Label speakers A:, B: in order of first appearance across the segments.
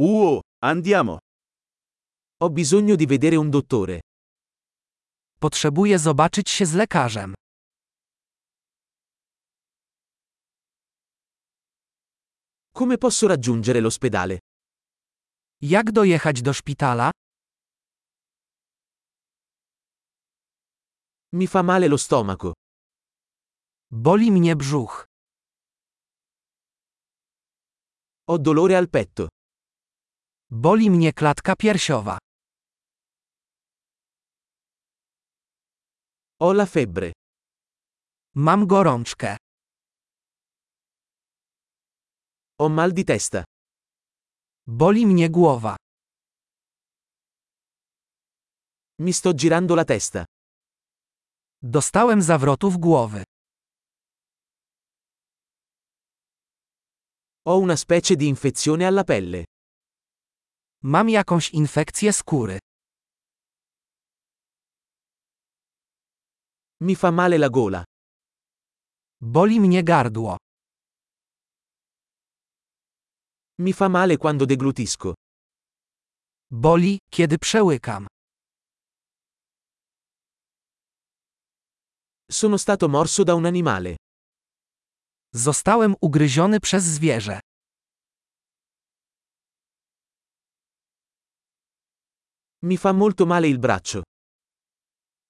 A: Uh, andiamo.
B: Ho bisogno di vedere un dottore.
C: Potrzebuję zobaczyć się z lekarzem.
B: Come posso raggiungere l'ospedale?
C: Jak dojechać do szpitala?
B: Mi fa male lo stomaco.
C: Boli mnie brzuch.
B: Ho dolore al petto.
C: Boli mnie klatka piersiowa.
B: Ho la febbre.
C: Mam gorączkę.
B: Ho mal di testa.
C: Boli mnie głowa.
B: Mi sto girando la testa.
C: Dostałem zawrotów głowy.
B: Ho una specie di infezione alla pelle.
C: Mam jakąś infekcję skóry.
B: Mi fa male la gola.
C: Boli mnie gardło.
B: Mi fa male quando deglutisco.
C: Boli, kiedy przełykam.
B: Sono stato morso da un animale.
C: Zostałem ugryziony przez zwierzę.
B: Mi fa molto male il braccio.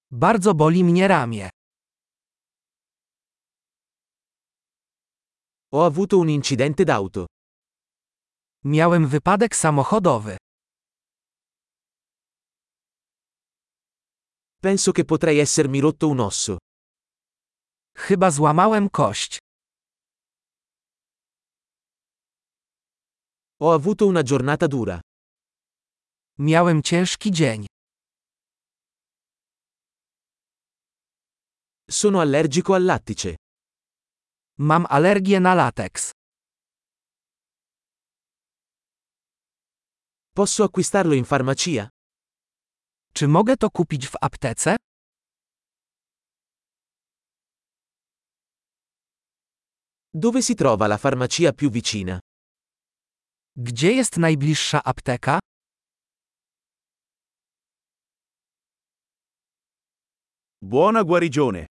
C: Bardzo boli mnie ramię.
B: Ho avuto un incidente d'auto.
C: Miałem wypadek samochodowy.
B: Penso che potrei essermi rotto un osso.
C: Chyba złamałem kość.
B: Ho avuto una giornata dura.
C: Miałem ciężki dzień.
B: Sono allergico al lattice.
C: Mam alergię na lateks.
B: Posso acquistarlo in farmacia?
C: Czy mogę to kupić w aptece?
B: Dove si trova la farmacia più vicina?
C: Gdzie jest najbliższa apteka?
A: Buona guarigione.